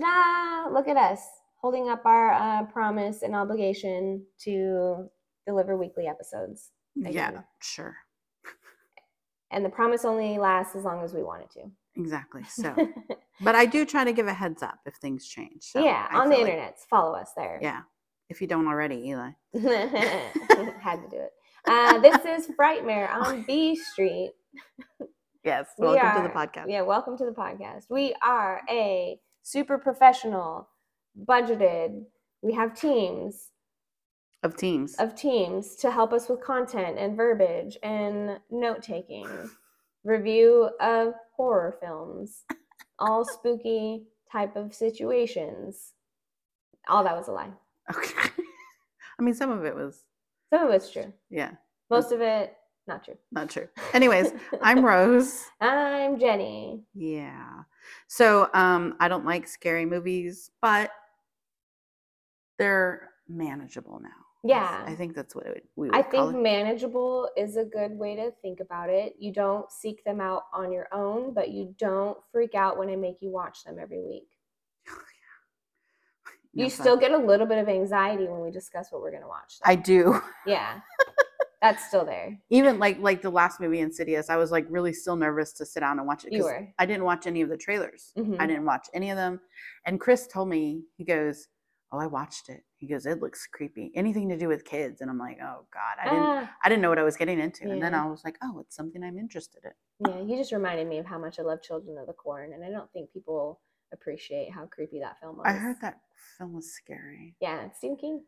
ta-da! Look at us holding up our uh, promise and obligation to deliver weekly episodes. Yeah, Again. sure. And the promise only lasts as long as we want it to. Exactly. So, but I do try to give a heads up if things change. Oh, So yeah, I on the feel like- internet. Follow us there. yeah. If you don't already, Eli. Had to do it. Uh, this is Frightmare on B Street. Yes. We Welcome to the are- podcast. Yeah, welcome to the podcast. We are a super professional, budgeted. We have teams Of teams. of teams to help us with content and verbiage and note taking, review of horror films, all spooky type of situations. All that was a lie. okay. I mean, some of it was, Some of it's true. yeah, Most of it, not true. not true. Anyways, I'm Rose. I'm Jenny. Yeah. So um I don't like scary movies, but they're manageable now. is- Yeah. I think that's what it, we would I call think it. manageable is a good way to think about it. You don't seek them out on your own, but you don't freak out when I make you watch them every week. No, you but still get a little bit of anxiety when we discuss what we're going to watch. though. I do. yeah. That's still there. Even like like the last movie Insidious, I was like really still nervous to sit down and watch it You 'cause were. I didn't watch any of the trailers. Mhm. I didn't watch any of them. And Chris told me, he goes, "Oh, I watched it." He goes, "It looks creepy. Anything to do with kids." And I'm like, "Oh god, I didn't Ah, I didn't know what I was getting into." And then yeah. I was like, "Oh, it's something I'm interested in." yeah, you just reminded me of how much I love Children of the Corn, and I don't think people appreciate how creepy that film was. I heard that film was scary. Yeah, Stephen King.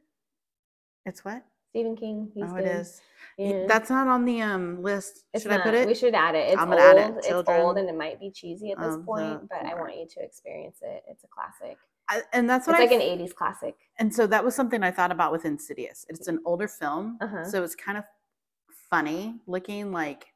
It's what? Stephen King. He's oh, good. it is. Y- Yeah. That's not on the um list. It's should not, I put it? We should add it. It's I'm old. gonna add it, It's old, Children and it might be cheesy at this of the point, but I Corn. want you to experience it. It's a classic. I- and that's It's what I. like an f- '80s classic. and so that was something I thought about with Insidious. It's an older film, Uh-huh. so it's kind of funny looking, like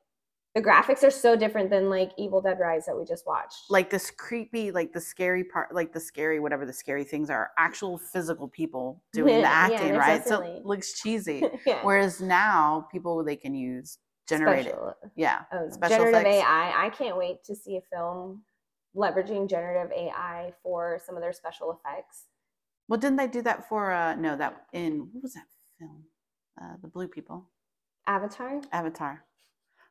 The graphics are so different than like Evil Dead Rise that we just watched. like this creepy, like the scary part, like the scary whatever the scary things are, actual physical people doing the Yeah, acting, right? So definitely. it looks cheesy. yeah. Whereas now people they can use generated, Special- yeah, oh, special generative effects. AI. I can't wait to see a film leveraging generative AI for some of their special effects. Well, didn't they do that for uh no that in what was that film? Uh The Blue People. Avatar. Avatar.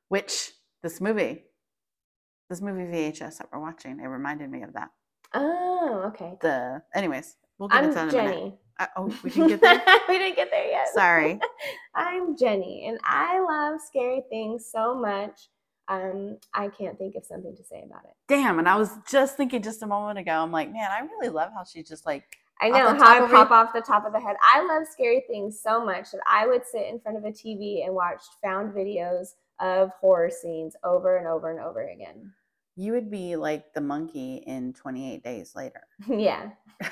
Which this movie, this movie VHS that we're watching, it reminded me of that. Oh, okay. The anyways, we'll get I'm into that in a minute. Jenny. Uh, oh, we didn't get there. we didn't get there yet. Sorry. I'm Jenny, and I love scary things so much. Um, I can't think of something to say about it. Damn, and I was just thinking just a moment ago. I'm like, man, I really love how she just like I Off know the top how I of your- pop off the top of the head. I love scary things so much that I would sit in front of a TV and watch found videos of horror scenes over and over and over again. you would be like the monkey in 28 days later, yeah,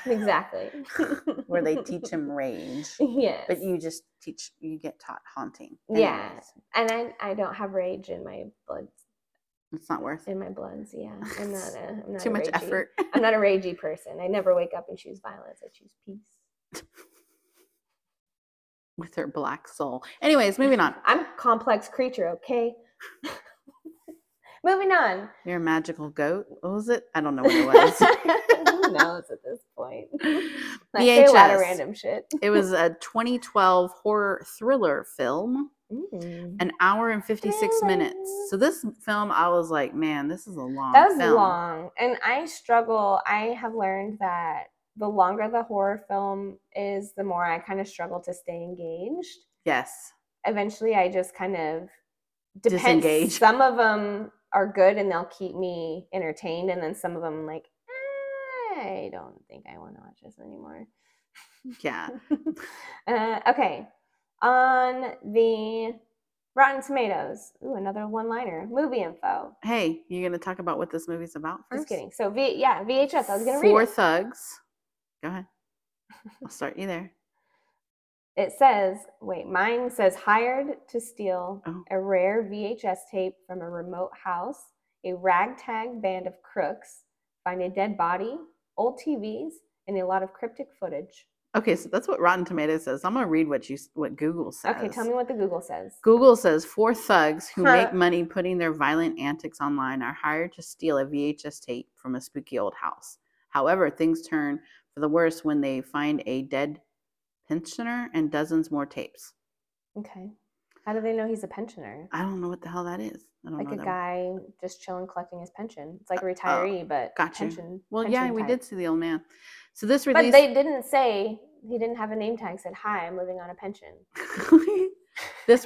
exactly. where they teach him rage, Yes. but you just teach you get taught haunting. Yeah. Anyways, and I, I don't have rage in my blood it's not worth it. in my bloods. Yeah, I'm not a I'm not too a much ragey. effort. I'm not a ragey person. I never wake up and choose violence. I choose peace. with her black soul. Anyways, moving on. I'm a complex creature, okay? Moving on. You're a magical goat. What was it? I don't know what it was. Who knows at this point? I say a lot of VHS. random shit. it was a 2012 horror thriller film, Mm. an hour and 56 minutes. So this film, I was like, man, this is a long That was film. long. And I struggle. I have learned that the longer the horror film is, the more I kind of struggle to stay engaged. Yes. Eventually, I just kind of depends. Disengage. Some of them are good and they'll keep me entertained. And then some of them, like, I don't think I want to watch this anymore. Yeah. uh, okay. On the Rotten Tomatoes. Ooh, another one liner. Movie info. Hey, you're going to talk about what this movie's about first? Just kidding. So, v- yeah, VHS. I was going to Four read it. thugs. Go ahead. I'll start you there. It says, wait, mine says hired to steal Oh. a rare VHS tape from a remote house, a ragtag band of crooks, find a dead body, old TVs, and a lot of cryptic footage. Okay, so that's what Rotten Tomatoes says. I'm going to read what you s- what Google says. Okay, tell me what the Google says. Google says four thugs who Huh. make money putting their violent antics online are hired to steal a VHS tape from a spooky old house. However, things turn for the worse when they find a dead pensioner and dozens more tapes. Okay. How do they know he's a pensioner? I don't know what the hell that is. I don't Like know. a that- guy just chilling, collecting his pension. It's like a retiree, but got you. pension. Well, yeah, pension we type. did see the old man. So this But release. they didn't say he didn't have a name tag. Said, "Hi, I'm living on a pension." this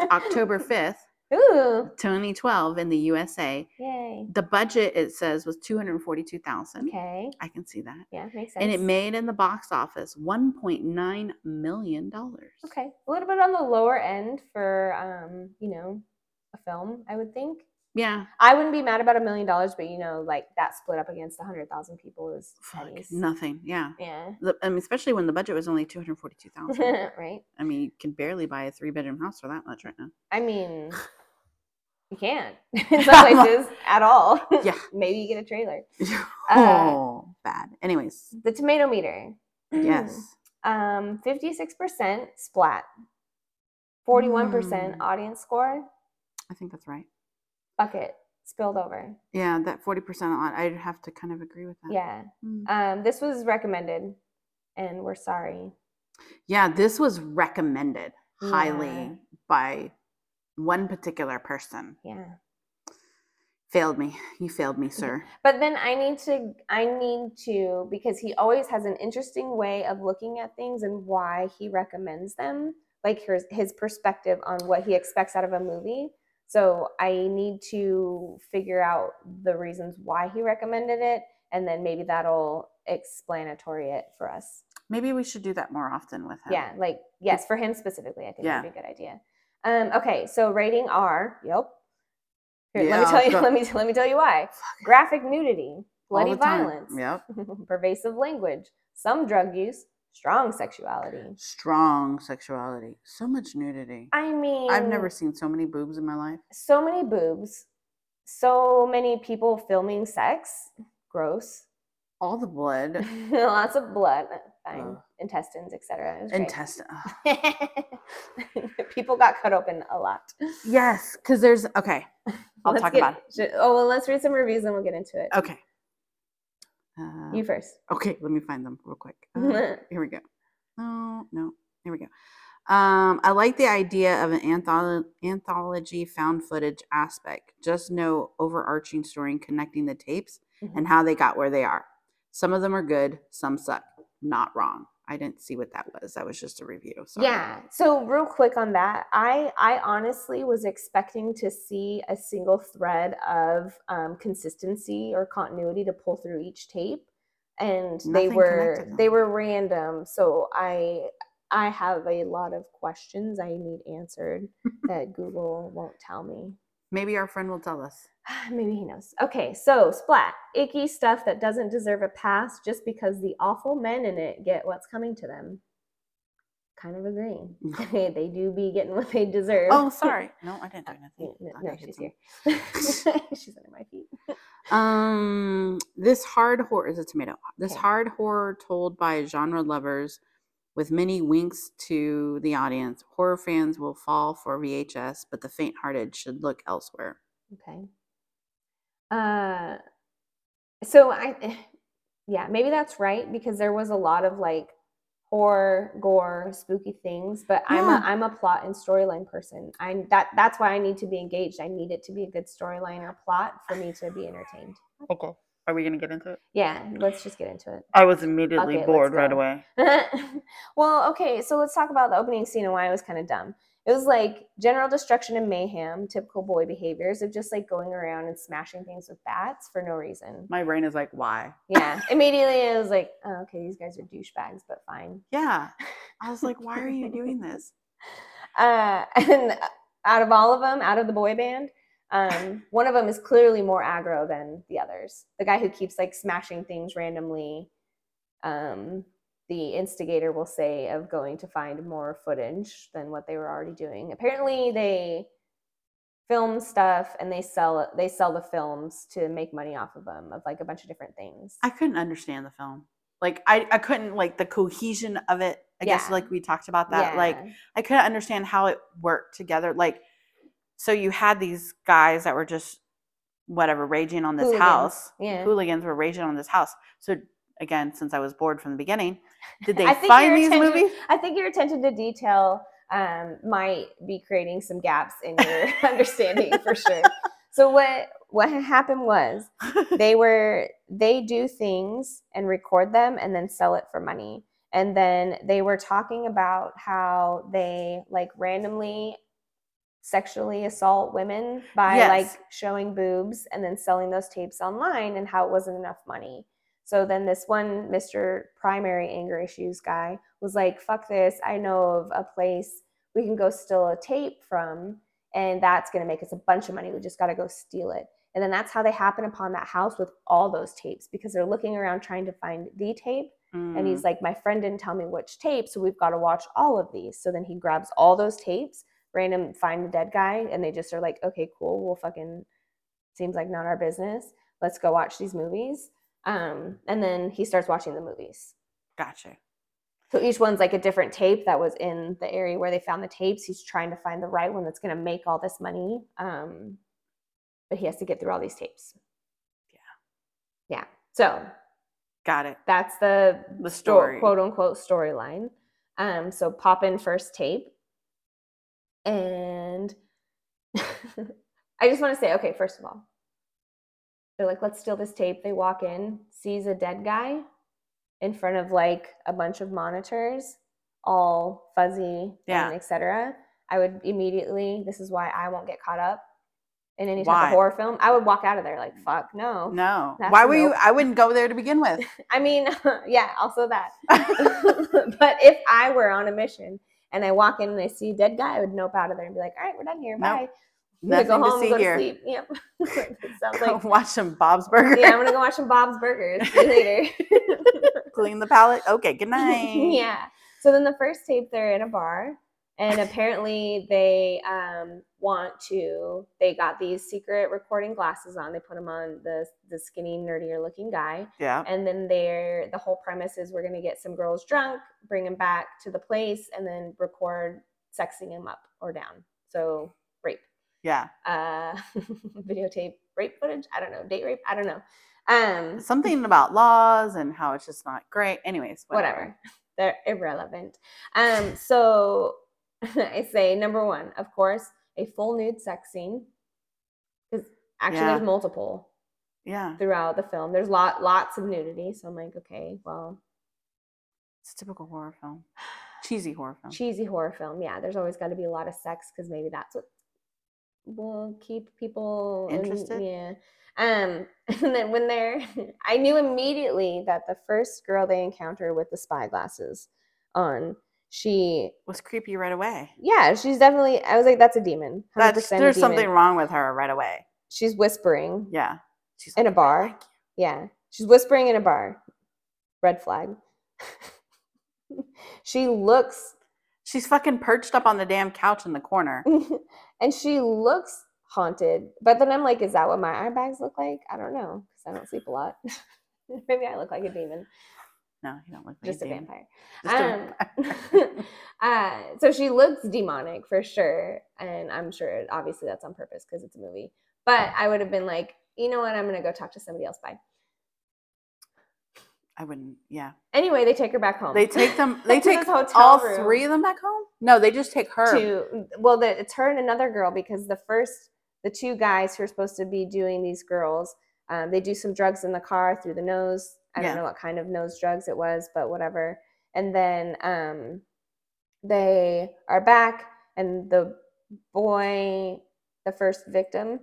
October 5th, Ooh, 2012 in the USA. yay! The budget it says was 242,000. Okay, I can see that. yeah, makes sense. And it made in the box office 1.9 million dollars. okay a little bit on the lower end for um, you know, a film. I would think Yeah. I wouldn't be mad about a million dollars, but you know, like that split up against a hundred thousand people is Fuck, pennies. nothing. Yeah. Yeah, The, I mean, especially when the budget was only 242,000. right. I mean, you can barely buy a three bedroom house for that much right now. I mean, you can't in some places at all. Yeah. Maybe you get a trailer. Uh, oh, bad. Anyways, The tomato meter. yes. Um, 56% splat, 41% Mm. audience score, I think that's right. bucket spilled over. Yeah, that 40% on, I'd have to kind of agree with that. Yeah. Mm. Um, this was recommended, and we're sorry. Yeah, this was recommended highly Yeah. by one particular person. Yeah. Failed me. You failed me, sir. But then I need to, I need to, because he always has an interesting way of looking at things and why he recommends them, like his, his perspective on what he expects out of a movie. So I need to figure out the reasons why he recommended it, and then maybe that'll explanatory it for us. Maybe we should do that more often with him. Yeah, like, yes, for him specifically, I think Um, Yeah. that'd be a good idea. Um, okay, so rating R, yep. Here, let me Yeah, tell you, go- let me, let me tell you why. Graphic nudity, All bloody the time. violence. Yep. pervasive language, some drug use, strong sexuality. Strong sexuality. So much nudity. I mean, I've never seen so many boobs in my life. so many boobs, so many people filming sex. Gross. All the blood, Lots of blood, fine, Ugh. intestines, etc. intestine. people got cut open a lot. yes, because there's okay. I'll Let's talk get- about it. sh- Oh well, let's read some reviews and we'll get into it. Okay. Uh, You first. okay, let me find them real quick. Uh, here we go. No, no, here we go. Um, I like the idea of an antholo- anthology found footage aspect. Just no overarching story connecting the tapes Mm-hmm. and how they got where they are. Some of them are good, some suck. Not wrong. I didn't see what that was. That was just a review. Sorry. Yeah. So real quick on that, I I honestly was expecting to see a single thread of um, consistency or continuity to pull through each tape, and they Nothing were connected they them. were random. So I I have a lot of questions I need answered that Google won't tell me. Maybe our friend will tell us. Maybe he knows. Okay, so splat, icky stuff that doesn't deserve a pass just because the awful men in it get what's coming to them. Kind of agree. they do be getting what they deserve. Mm-hmm. Oh, sorry. No, I didn't do No, anything. no, Uh, Thought I no, hit she's something. here. she's under my feet. Um, this hard horror is a tomato. This Okay. hard horror told by genre lovers with many winks to the audience. Horror fans will fall for VHS, but the faint hearted should look elsewhere. Okay. Uh, so I, yeah, maybe that's right because there was a lot of like horror, gore, spooky things. But I'm Yeah. a I'm a plot and storyline person. I that that's why I need to be engaged. I need it to be a good storyline or plot for me to be entertained. Okay. Are we gonna get into it? Yeah, let's just get into it. I was Okay, immediately let's bored right go. away. well, okay, so let's talk about the opening scene and why it was kind of dumb. It was like general destruction and mayhem, typical boy behaviors of just like going around and smashing things with bats for no reason. My brain is like, why? Yeah, immediately I was like, oh, okay, these guys are douchebags, but fine. Yeah. I was like, why are you doing this? Uh, and out of all of them, out of the boy band, um, one of them is clearly more aggro than the others. The guy who keeps like smashing things randomly, um, the instigator will say of going to find more footage than what they were already doing. Apparently, they film stuff and they sell it- they sell the films to make money off of them of like a bunch of different things. I couldn't understand the film. Like I, I couldn't like the cohesion of it. I guess Yeah. like we talked about that. Like Yeah. I couldn't understand how it worked together. Like, so you had these guys that were just whatever raging on this Hooligans. house. Yeah. Hooligans were raging on this house. So again, since I was bored from the beginning, did they I think find your these attention- movies? I think your attention to detail um, might be creating some gaps in your understanding for sure. So what what ha- happened was they were they do things and record them and then sell it for money. And then they were talking about how they like randomly sexually assault women by Yes. like showing boobs and then selling those tapes online and how it wasn't enough money. So then this one Mr. Primary Anger Issues guy was like, fuck this. I know of a place we can go steal a tape from, and that's going to make us a bunch of money. We just got to go steal it. And then that's how they happen upon that house with all those tapes because they're looking around trying to find the tape. And he's like, my friend didn't tell me which tape, so we've got to watch all of these. So then he grabs all those tapes, random find the dead guy, and they just are like, okay, cool, we'll fucking seems like not our business. Let's go watch these movies. Um, and then he starts watching the movies. Mm, gotcha. So each one's like a different tape that was in the area where they found the tapes. He's trying to find the right one that's going to make all this money. Um, but he has to get through all these tapes. Yeah. Yeah. So Got it. that's the The sto- story. quote unquote storyline. Um, so pop in first tape. And I just want to say, okay, first of all, they're like, let's steal this tape. They walk in, sees a dead guy in front of like a bunch of monitors, all fuzzy, Yeah. and etc. I would immediately, this is why I won't get caught up in any type Why? of horror film. I would walk out of there like, fuck, no. No. Oh, That's Why a were you? nope. I wouldn't go there to begin with. I mean, yeah, also that. but if I were on a mission and I walk in and I see a dead guy, I would nope out of there and be like, all right, we're done here. Nope. Bye. I'm gonna Nothing go home, to see go here. to sleep. Yep. It sounds Go like, watch some Bob's Burgers. yeah, I'm going to go watch some Bob's Burgers. See you later. Clean the palate. Okay. Good night. yeah. So then the first tape, they're in a bar, and apparently they um, want to. They got these secret recording glasses on. They put them on the the skinny, nerdier looking guy, Yeah. and then they're the whole premise is we're gonna get some girls drunk, bring them back to the place, and then record sexing them up or down. So rape Yeah. uh videotape rape footage i don't know date rape i don't know um Something about laws and how it's just not great. Anyways, whatever. whatever. They're irrelevant. Um, so I say number one, of course, a full nude sex scene. Because actually, Yeah. there's multiple Yeah. throughout the film. There's lot lots of nudity. So I'm like, okay, well, It's a typical horror film. Cheesy horror film. cheesy horror film. Yeah, there's always got to be a lot of sex because maybe that's what will keep people in- Interested? yeah. Um, and then when they're, I knew immediately that the first girl they encounter with the spy glasses on, she was creepy right away. Yeah, she's definitely. I was like, that's a demon. 100% That's a there's something demon. wrong with her right away. She's whispering Yeah. She's in a like, "I bar. like Yeah, she's whispering in a bar. Red flag. she looks, She's fucking perched up on the damn couch in the corner. Mm. and she looks haunted. But then I'm like, is that what my eye bags look like? I don't know because I don't sleep a lot. Maybe I look like a demon, No, you don't look like just a demon. vampire. Just a- Um, uh, so she looks demonic for sure, and I'm sure obviously that's on purpose because it's a movie. But I would have been like, you know what? I'm gonna go talk to somebody else. Bye. I wouldn't. Yeah. Anyway, they take her back home. They take them. They um, To this take hotel all room three of them back home. No, they just take her. to well, the, it's her and another girl because the first the two guys who are supposed to be doing these girls, um, they do some drugs in the car through the nose. I Yeah. don't know what kind of nose drugs it was, but whatever. And then um, they are back, and the boy, the first victim,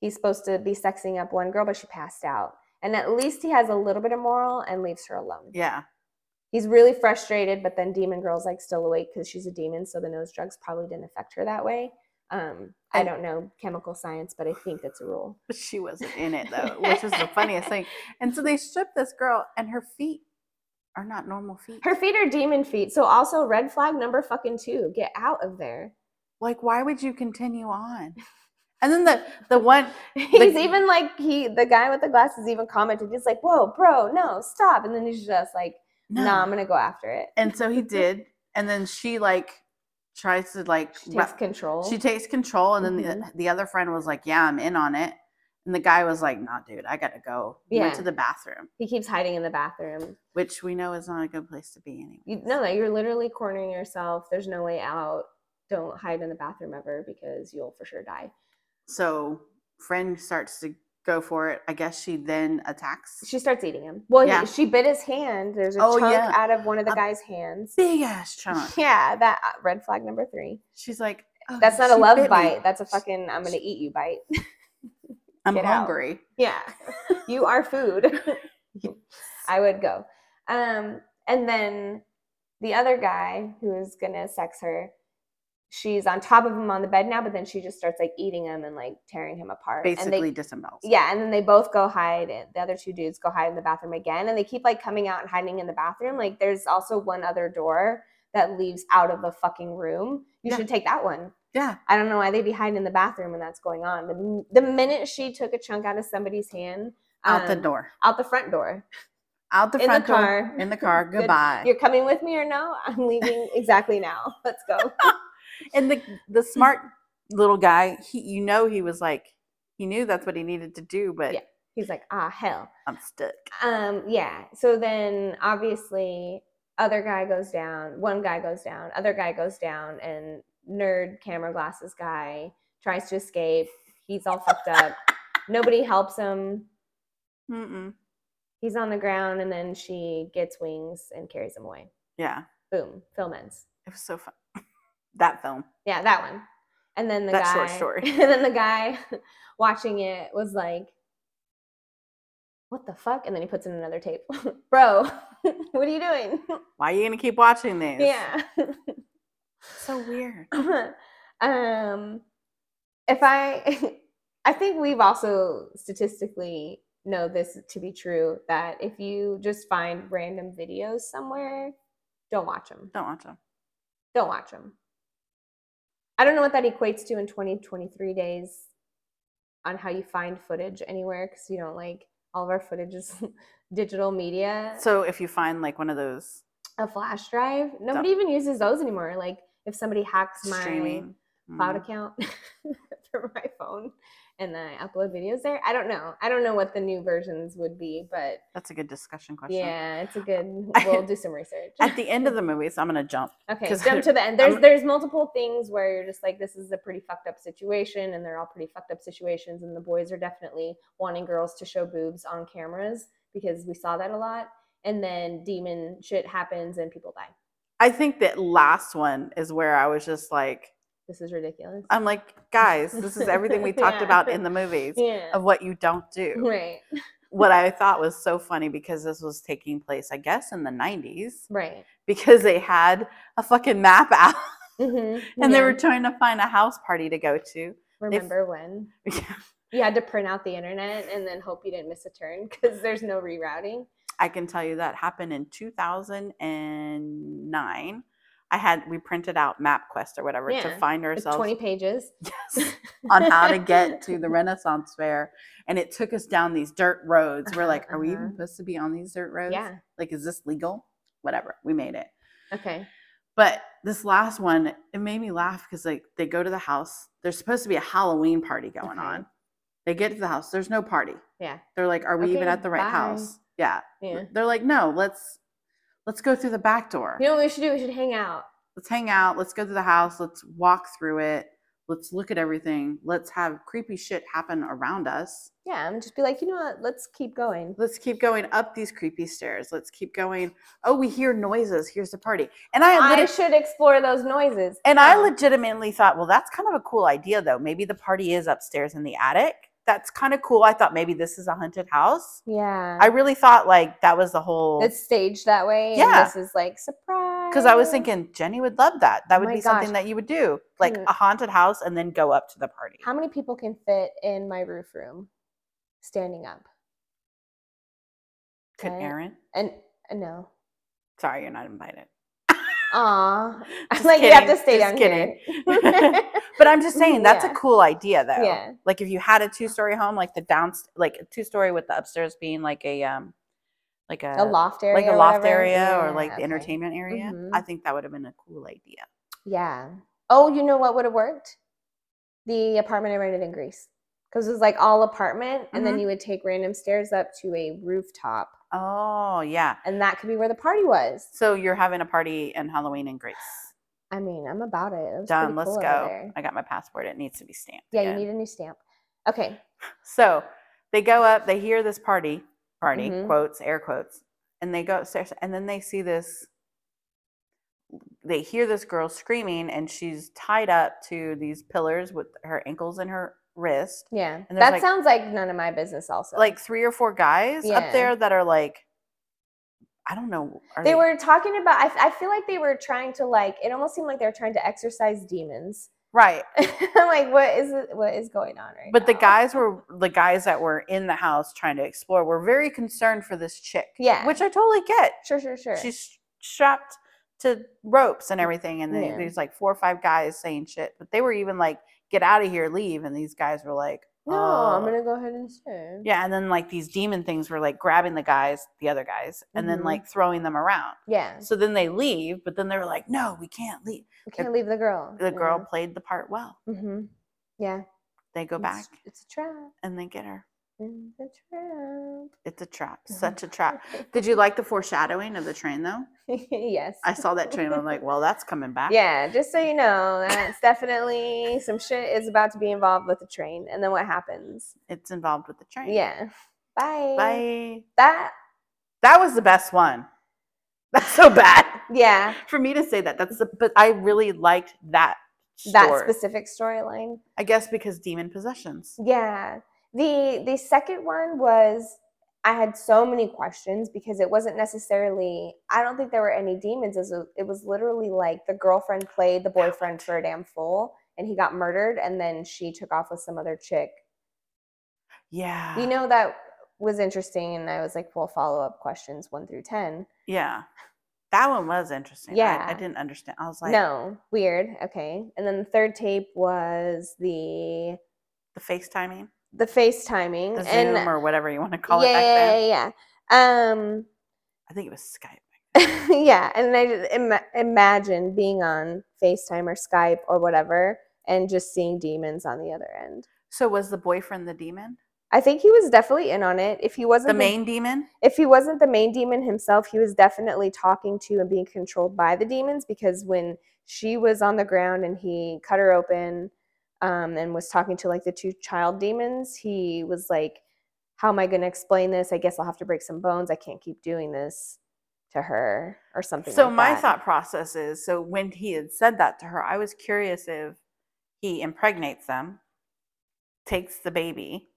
he's supposed to be sexing up one girl, but she passed out. And at least he has a little bit of moral and leaves her alone. Yeah. he's really frustrated, but then Demon Girl's like still awake because she's a demon, so the nose drugs probably didn't affect her that way. Um, I And- don't know chemical science, but I think that's a rule. But she wasn't in it though, which is the funniest thing. And so they strip this girl, and her feet are not normal feet. Her feet are demon feet, so also red flag number fucking two. Get out of there. like, why would you continue on? And then the the one He's even like he, the guy with the glasses, even commented. He's like, "Whoa, bro, no, stop!" And then he's just like, no. "Nah, I'm gonna go after it." and so he did. And then she like tries to like She ra- takes control. Mm-hmm. she takes control and then the, the other friend was like yeah i'm in on it And the guy was like, "Nah, dude, I gotta go." He went to Yeah. the bathroom, He keeps hiding in the bathroom. which we know is not a good place to be anyway. You know that you're literally cornering yourself. There's no way out. Don't hide in the bathroom ever because you'll for sure die. So friend starts to go for it. I guess she then attacks. She starts eating him. Well, he- Yeah. she bit his hand. There's a Oh, chunk yeah. out of one of the A guy's hands. Big ass chunk. Yeah, that uh, red flag number three. She's like, "Oh, That's not she a love bit me. bite. That's a fucking I'm gonna eat you bite. I'm get out." hungry. Yeah. you are food. I would go. Um, and then the other guy who is gonna sex her, she's on top of him on the bed now, but then she just starts like eating him and like tearing him apart. Basically And they, disembowels. yeah, and then they both go hide and the other two dudes go hide in the bathroom again and they keep like coming out and hiding in the bathroom. Like there's also one other door that leaves out of the fucking room. You Yeah. should take that one. Yeah. I don't know why they'd be hiding in the bathroom when that's going on. The, m- the minute she took a chunk out of somebody's hand, Out the um, door. out the front door. Out the in the front door. car. In the car. Good- Goodbye. You're coming with me or no? I'm leaving exactly now. Let's go. and the the smart little guy, he you know he was like he knew that's what he needed to do, but Yeah. He's like, ah, hell. I'm stuck. Um, yeah. So then obviously, other guy goes down. One guy goes down. Other guy goes down, and nerd camera glasses guy tries to escape. He's all fucked up. Nobody helps him. Mm-mm. He's on the ground, and then she gets wings and carries him away. Yeah, Boom. Film ends. it was so fun. that film. Yeah, that one. And then the That guy, short story. and then the guy watching it was like, "What the fuck?" And then he puts in another tape, bro. what are you doing? Why are you gonna keep watching these? yeah. so weird. um, if I, I think we've also statistically know this to be true that if you just find random videos somewhere, don't watch them. Don't watch them. don't watch them. I don't know what that equates to in 20, 23 days on how you find footage anywhere because you don't like all of our footage is digital media. So if you find like one of those a flash drive, nobody even uses those anymore. Like if somebody hacks my streaming cloud mm, account for my phone and then I upload videos there, I don't know. I don't know what the new versions would be, but that's a good discussion question. yeah, it's a good. I- We'll do some research. At the end of the movie, so I'm gonna jump. Okay, 'Cause jump to they're- the end. There's I'm- there's multiple things where you're just like, this is a pretty fucked up situation, and they're all pretty fucked up situations, and the boys are definitely wanting girls to show boobs on cameras because we saw that a lot. And then demon shit happens and people die. I think that last one is where I was just like, This is ridiculous. I'm like, guys, this is everything we talked Yeah. about in the movies yeah. of what you don't do. Right. what I thought was so funny because this was taking place, I guess, in the 90s Right. because they had a fucking map out Mhm, and they yeah. were trying to find a house party to go to. remember when you had to print out the internet and then hope you didn't miss a turn because there's no rerouting. I can tell you that happened in 2009. I had we printed out MapQuest or whatever Yeah, to find It's ourselves 20 pages yes, on how to get to the Renaissance Fair, and it took us down these dirt roads. We're Uh-huh, like, are we uh-huh. even supposed to be on these dirt roads? Yeah. Like, is this legal? Whatever. We made it. Okay. But this last one, it made me laugh because like they go to the house. There's supposed to be a Halloween party going Okay. on. They get to the house. There's no party. Yeah. They're like, are we even Okay, at the right bye. house? Yeah. Yeah. They're like, no, let's let's go through the back door. You know what we should do? We should hang out. Let's hang out. Let's go to the house. Let's walk through it. Let's look at everything. Let's have creepy shit happen around us. Yeah, and just be like, you know what? Let's keep going. Let's keep going up these creepy stairs. Let's keep going. Oh, we hear noises. Here's the party. And I, I literally- should explore those noises. And I Oh, legitimately thought, well, that's kind of a cool idea, though. Maybe the party is upstairs in the attic. That's kind of cool. I thought maybe this is a haunted house. yeah. I really thought like that was the whole it's staged that way. Yeah. And this is like surprise. because I was thinking Jenny would love that. That would Oh my be gosh. something that you would do, like Mm. a haunted house, and then go up to the party. how many people can fit in my roof room standing up? Could Uh, Aaron? And uh, no. Sorry, you're not invited. Aw. Just like you have to kidding, stay just down kidding. here. But I'm just saying that's Yeah. a cool idea, though. yeah. Like if you had a two-story home, like the down, like a two-story with the upstairs being like a um, like A loft area. Uh, like a or loft whatever? area or Yeah, like okay. the Mm-hmm. entertainment area. I think that would have been a cool idea. Yeah. Oh, you know what would have worked? The apartment I rented in Greece. because it was like all apartment, and then Mhm. you would take random stairs up to a rooftop, Oh, yeah. and that could be where the party was. So you're having a party in Halloween in Grace. I mean, I'm about it. it was Done. pretty Let's cool over go. there. I got my passport. It needs to be stamped. Yeah, again. you need a new stamp. Okay. So they go up, they hear this party, party, Mhm. quotes, air quotes, and they go upstairs and then they see this, they hear this girl screaming and she's tied up to these pillars with her ankles and her wrist. Yeah. there's, That like- sounds like none of my business, also. Like three or four guys Yeah. up there that are like, I don't know. Are they, were talking about, I, f- I feel like they were trying to, like, it almost seemed like they were trying to exorcise demons. right. I'm like, what is it, what is going on right But the now? guys were the guys that were in the house trying to explore were very concerned for this chick. Yeah. Which I totally get. Sure, sure, sure. Mm, she's strapped to ropes and everything and they, Yeah. there's like four or five guys saying shit but they were even like get out of here leave and these guys were like no, I'm "Oh." going to go ahead and stay. yeah and then like these demon things were like grabbing the guys the other guys and Mhm. then like throwing them around Yeah. so then they leave but then they were like no we can't leave We can't leave the girl. the girl played the part well Mm-hmm. Yeah. they go it's- back It's a trap. and they get her It's a trap. it's a trap Mhm. such a trap did you like the foreshadowing of the train though yes. i saw that train i'm like well that's coming back Yeah, just so you know, that's definitely some shit is about to be involved with the train. And then what happens? it's involved with the train Yeah. Bye. bye That, That was the best one. That's so bad yeah, for me to say that. That's the, but I really liked that. that story. specific storyline. I guess because demon possessions. Yeah. The the second one was I had so many questions because it wasn't necessarily I don't think there were any demons. It was, it was literally like the girlfriend played the boyfriend for a damn fool and he got murdered and then she took off with some other chick. Yeah. You know that was interesting and I was like, well, follow-up questions 1 through 10. Yeah. That one was interesting. I- I, Yeah. didn't understand. I was like, no, weird. Okay. And then the third tape was the the FaceTiming, the FaceTiming the and Zoom, or whatever you want to call yeah, it back yeah, then. yeah, yeah. Um I think it was Skype. yeah, and I just Im- imagine being on FaceTime or Skype or whatever and just seeing demons on the other end. So was the boyfriend the demon? I think he was definitely in on it. If he wasn't The main demon? if he wasn't the main demon himself, he was definitely talking to and being controlled by the demons because when she was on the ground and he cut her open um, and was talking to like the two child demons, he was like, How am I going to explain this? I guess I'll have to break some bones. I can't keep doing this to her or something. So like my that. thought process is so when he had said that to her, I was curious if he impregnates them, takes the baby,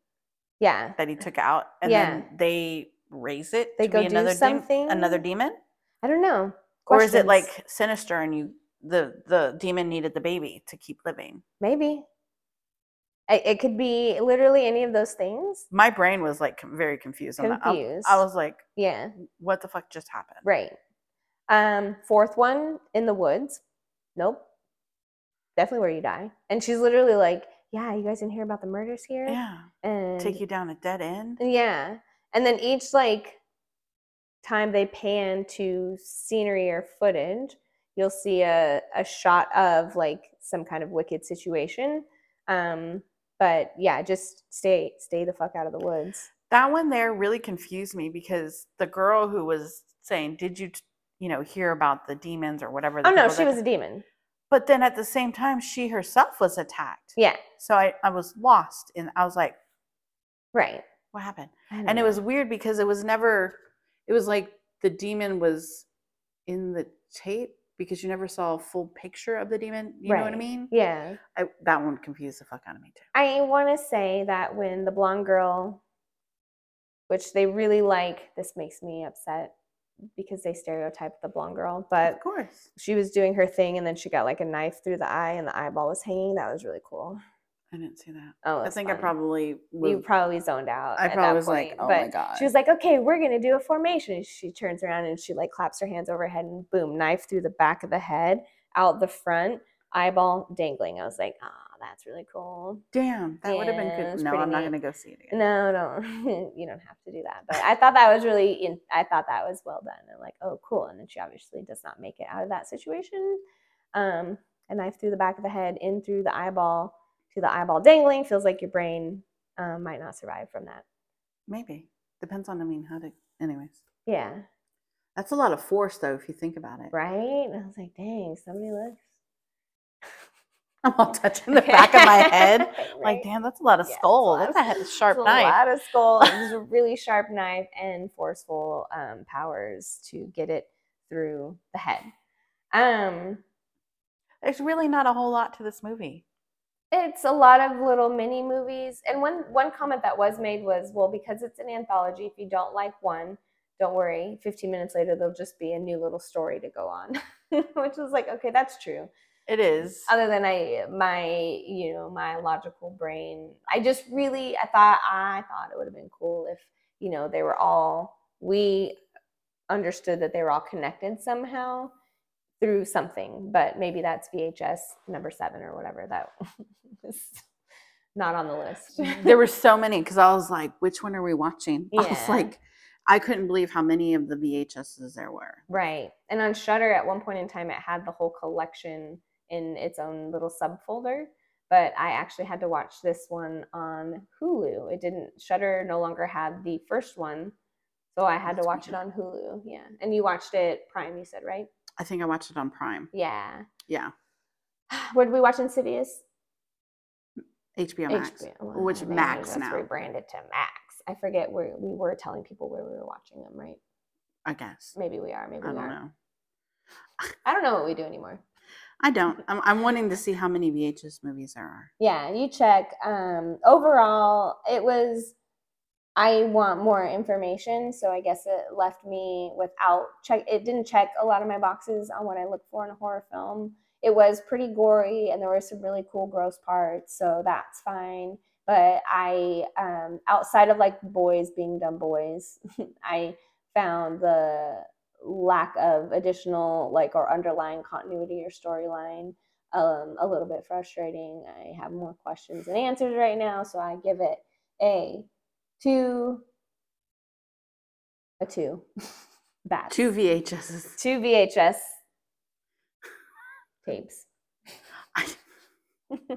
Yeah. that he took out, and then they raise it. They to go be do another dem- another something? demon, I don't know. or is it Questions. like sinister and you the the demon needed the baby to keep living? maybe it, it could be literally any of those things? My brain was like com- very confused. On that. I- Confused. I, was like, Yeah, what the fuck just happened? right. Um, fourth one in the woods. Nope. Definitely where you die. And she's literally like, "Yeah, you guys didn't hear about the murders here." Yeah, And take you down a dead end. Yeah, and then each like time they pan to scenery or footage, you'll see a a shot of like some kind of wicked situation. Um, but yeah, just stay stay the fuck out of the woods. That one there really confused me because the girl who was saying, "Did you?" T- you know, hear about the demons or whatever. the Oh no, people she that- was a demon. But then at the same time, she herself was attacked. Yeah, So I, I was lost and I was like, right. what happened? I don't and it know. was weird because it was never it was like the demon was in the tape because you never saw a full picture of the demon you know what i Right. mean yeah. I, that one confused the fuck out of me too I want to say that when the blonde girl, which they really like, this makes me upset because they stereotype the blonde girl, but of course she was doing her thing and then she got like a knife through the eye and the eyeball was hanging. That was really cool. i didn't see that Oh, i think i probably you was, probably zoned out. i at probably that was like point, oh but my god She was like, "Okay, we're gonna do a formation." She turns around and she like claps her hands over her head and boom, knife through the back of the head, out the front, eyeball dangling. I was like, "Ah, that's really cool." damn that would have been Yeah, it good was no pretty i'm not neat. gonna go see it again No, don't. you don't have to do that. But I thought that was really. In, I thought that was well done. I'm like, oh, cool. And then she obviously does not make it out of that situation. Um, a knife through the back of the head, in through the eyeball, to the eyeball dangling. Feels like your brain um, might not survive from that. Maybe. Depends on, I mean, how to. Anyways, Yeah, that's a lot of force, though, if you think about it. right. And I was like, dang, somebody looks I'm all touching the back of my head. Like, Right? damn, that's a lot of Yeah, it's a skull. lot That's of- a he- it's sharp A knife. lot of skull. It was a really sharp knife and forceful um, powers to get it through the head. Um, There's really not a whole lot to this movie. it's a lot of little mini movies. And one one comment that was made was, well, because it's an anthology, if you don't like one, don't worry. Fifteen minutes later, there'll just be a new little story to go on, which was like, okay, that's true. It is. Mm, other than I my you know my logical brain I just really I thought I thought it would have been cool if you know they were all we understood that they were all connected somehow through something but maybe that's VHS number 7 or whatever that was not on the list there were so many because I was like, which one are we watching? I was Yeah. like, I couldn't believe how many of the VHSs there were. right and on Shutter at one point in time it had the whole collection in its own little subfolder. But I actually had to watch this one on Hulu. It didn't Shutter no longer had the first one, so I had to That's watch it weird. on Hulu. Yeah, and you watched it Prime. You said right? I think I watched it on Prime. Yeah. Yeah, What did we watch? Insidious. HBO Max. well, which maybe Max that's now. rebranded to Max. I forget where we were telling people where we were watching them. Right? I guess. Maybe we are. Maybe I we don't aren't. know. I don't know what we do anymore. I don't. I'm, I'm wanting to see how many VHS movies there are. yeah you check um overall it was i want more information so i guess it left me without check it didn't check a lot of my boxes on what i look for in a horror film it was pretty gory and there were some really cool gross parts so that's fine but i um outside of like boys being dumb boys i found the lack of additional like or underlying continuity or storyline um, a little bit frustrating. I have more questions and answers right now, so I give it a two, a two, bad Two VHSs. two VHS tapes.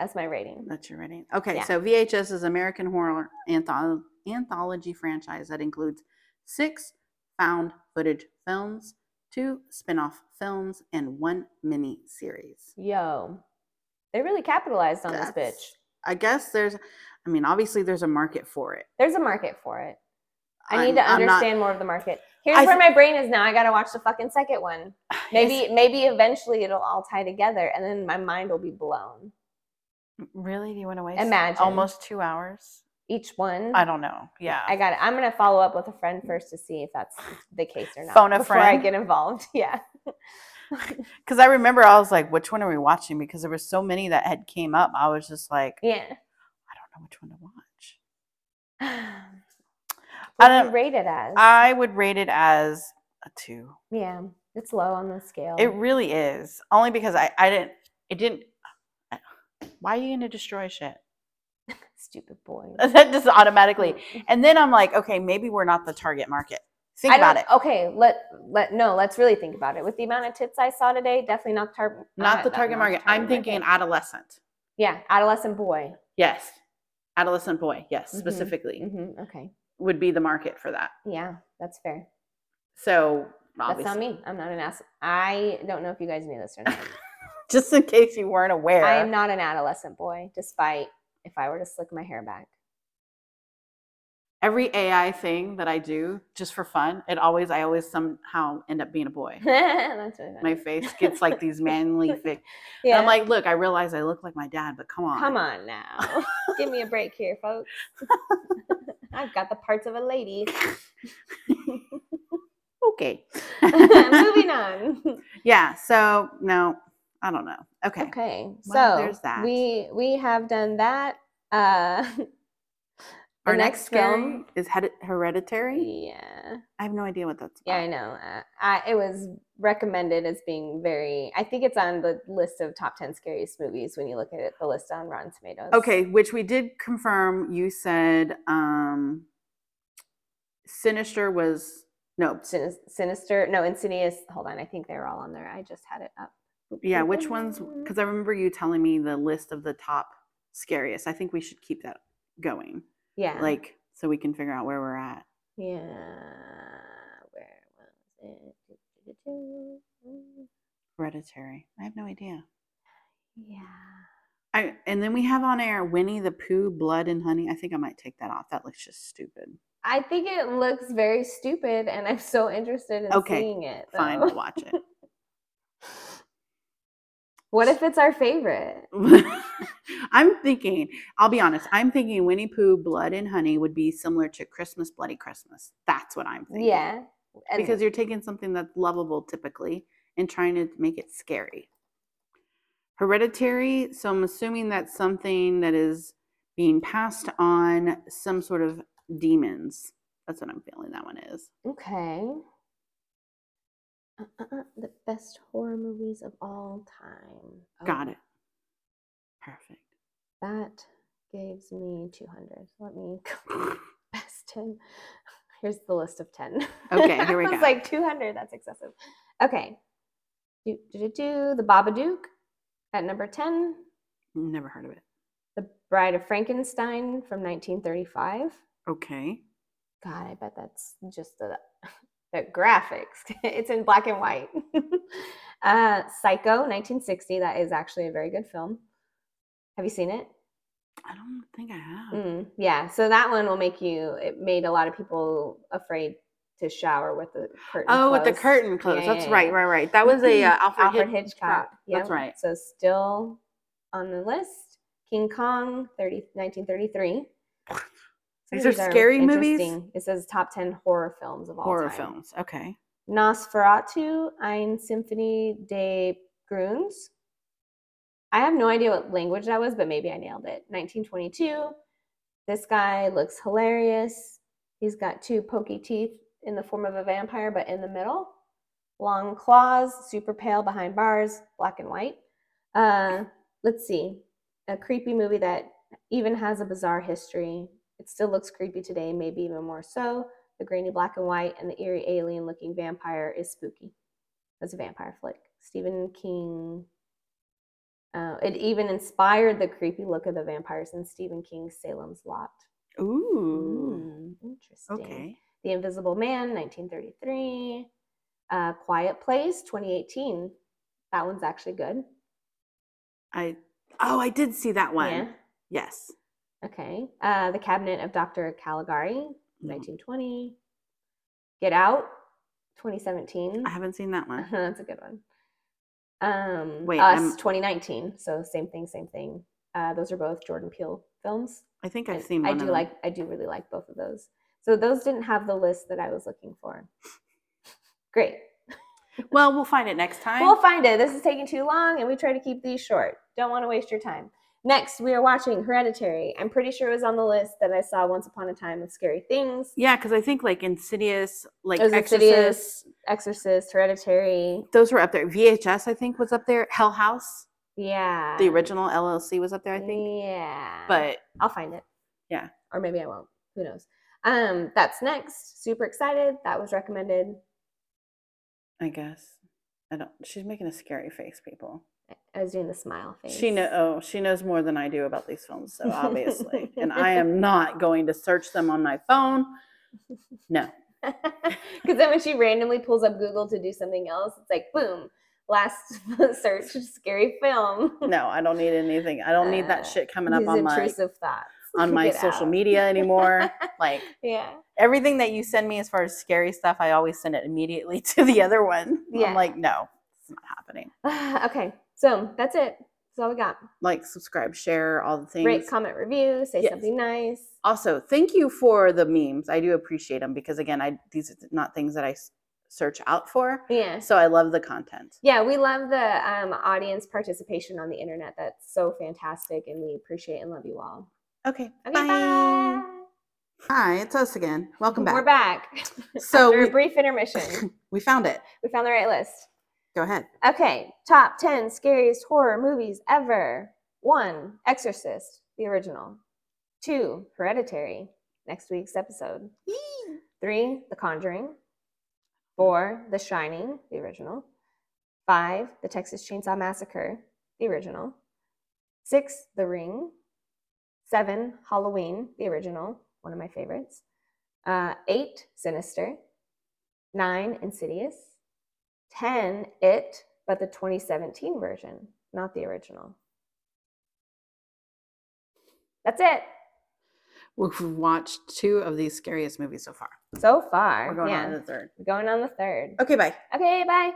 That's my rating. That's your rating. Okay, Yeah. so VHS is American horror antholo- anthology franchise that includes six found footage films, two spin-off films, and one mini series. Yo, they really capitalized on this bitch. That's- I guess there's, I mean, obviously there's a market for it. There's a market for it. I need to I'm- I'm not- understand more of the market. Here's I where th- my brain is now. I gotta watch the fucking second one. Maybe, maybe eventually it'll all tie together, and then my mind will be blown. It's- really, do you want to waste Imagine. almost two hours? Each one. I don't know. Yeah, I got it. I'm gonna follow up with a friend first to see if that's the case or not. Phone a before I friend? get involved. Yeah. because I remember I was like, which one are we watching? Because there were so many that had came up. I was just like, Yeah. I don't know which one to watch. What do you don't- rate it as? I would rate it as a two. yeah. It's low on the scale. It really is. Only because I, I didn't it didn't I- why are you gonna destroy shit? Stupid boy. That just automatically. And then I'm like, okay, maybe we're not the target market. Think I about don't- it. Okay, let let no, let's really think about it. With the amount of tits I saw today, definitely not tar- Not uh, the target not the market. I'm target thinking an market. adolescent. Yeah, adolescent boy. Yes. Adolescent boy, yes, Mhm, specifically hmm Okay. would be the market for that. Yeah, that's fair. So That's obviously, not me. I'm not an ass. I don't know if you guys knew this or not. just in case you weren't aware, I am not an adolescent boy, despite if I were to slick my hair back. every AI thing that I do just for fun, it always I always somehow end up being a boy. That's really funny. My face gets like these manly things. yeah. I'm like, look, I realize I look like my dad, but come on. come on now. Give me a break here, folks. I've got the parts of a lady. Okay. Moving on. yeah. So, no, I don't know. Okay. Okay. So Well, there's that. we we have done that. Uh Our the next, film. film is Hered- Hereditary. Yeah. I have no idea what that's Yeah, about. I know. Uh, I, it was recommended as being very. I think it's on the list of top ten scariest movies when you look at it, the list on Rotten Tomatoes. Okay. Which we did confirm. You said um, Sinister was, no, Sin- Sinister, no, Insidious. Hold on, I think they were all on there. I just had it up. yeah, which ones? Because I remember you telling me the list of the top scariest. I think we should keep that going. Yeah. Like, so we can figure out where we're at. Yeah. Where was it? Do, do, do, do. Hereditary. I have no idea. Yeah. I, and then we have on air Winnie the Pooh, Blood and Honey. I think I might take that off. That looks just stupid. I think it looks very stupid, and I'm so interested in Okay, seeing it. Fine, though. we'll watch it. What if it's our favorite? I'm thinking, I'll be honest, I'm thinking Winnie Pooh, Blood and Honey would be similar to Christmas, Bloody Christmas. That's what I'm thinking. Yeah. And Because you're taking something that's lovable typically and trying to make it scary. Hereditary, so I'm assuming that's something that is being passed on some sort of demons. That's what I'm feeling that one is. okay. Uh, uh, uh, the best horror movies of all time. Got Oh, it. Perfect. That gives me 200. Let me go best 10. Here's the list of 10. Okay, here we I was go. like 200. That's excessive. Okay. Do, do, do, do. The Babadook at number 10. Never heard of it. The Bride of Frankenstein from 1935. Okay. God, I bet that's just the, the graphics. it's in black and white. uh, Psycho, 1960. That is actually a very good film. Have you seen it? I don't think I have. Mm, yeah. So that one will make you. It made a lot of people afraid to shower with the curtain. Oh, with the closed. curtain closed. Yeah, That's yeah, right, yeah. right, right. That was a uh, Alfred, Mm-hmm. Alfred Hitch- Hitchcock. That's Yep. right. So still on the list. King Kong, 30, 1933. Some These of are scary movies? interesting. It says top 10 horror films of all Horror time. films. Okay. Nosferatu, Ein Symphonie des Grüns. I have no idea what language that was, but maybe I nailed it. 1922. This guy looks hilarious. He's got two pokey teeth in the form of a vampire, but in the middle. Long claws, super pale behind bars, black and white. Uh, let's see. A creepy movie that even has a bizarre history. It still looks creepy today, maybe even more so. The grainy black and white and the eerie alien looking vampire is spooky. That's a vampire flick. Stephen King. Uh, it even inspired the creepy look of the vampires in Stephen King's Salem's Lot. Ooh. Mm, interesting. Okay. The Invisible Man, 1933. Uh, Quiet Place, 2018. That one's actually good. I oh I did see that one. Yeah. Yes. Okay. Uh, the Cabinet of Dr. Caligari, No, 1920. Get Out, 2017. I haven't seen that one. Uh-huh, That's a good one. Um, Wait, Us, I'm- 2019. So same thing, same thing. Uh, those are both Jordan Peele films. I think I've and seen I one. do of them. like. I do really like both of those. So those didn't have the list that I was looking for. Great. Well, we'll find it next time. We'll find it. This is taking too long, and we try to keep these short. Don't want to waste your time. Next, we are watching Hereditary. I'm pretty sure it was on the list that I saw Once Upon a Time of Scary Things, yeah, because I think like Insidious, like It was Exorcist, Insidious. Exorcist, Hereditary. those were up there. VHS, I think, was up there. Hell House, Yeah. the original LLC was up there, I think. Yeah. But I'll find it. Yeah. Or maybe I won't. Who knows? Um, that's next. Super excited. That was recommended. I guess I don't. She's making a scary face, people. I was doing the smile face. She know oh, she knows more than I do about these films, so obviously. and I am not going to search them on my phone. No. Because then when she randomly pulls up Google to do something else, it's like boom, last search scary film. No, I don't need anything. I don't need Uh, that shit coming up These on my intrusive thoughts on my Get social out. media anymore. like Yeah. everything that you send me as far as scary stuff, I always send it immediately to the other one. Yeah. I'm like, no, it's not happening. okay. So that's it. That's all we got. Like, subscribe, share, all the things. Rate, comment, review. Say Yes. something nice. also, thank you for the memes. I do appreciate them because again, I these are not things that I s- search out for. Yeah. So I love the content. Yeah, we love the um, audience participation on the internet. That's so fantastic, and we appreciate and love you all. Okay. Okay, bye. Hi, it's us again. Welcome back. We're back. So After a we, brief intermission, we found it. we found the right list. Go ahead. Okay, top ten scariest horror movies ever. One, Exorcist, the original. Two, Hereditary. Next week's episode. Three, The Conjuring. Four, The Shining, the original. Five, The Texas Chainsaw Massacre, the original. Six, The Ring. Seven, Halloween, the original, one of my favorites. Uh, eight, Sinister. Nine, Insidious. Ten, It, but the 2017 version, not the original. That's it We've watched two of these scariest movies so far. so far. We're going yeah. on to the third. We're going on the third. Okay, bye. Okay, bye.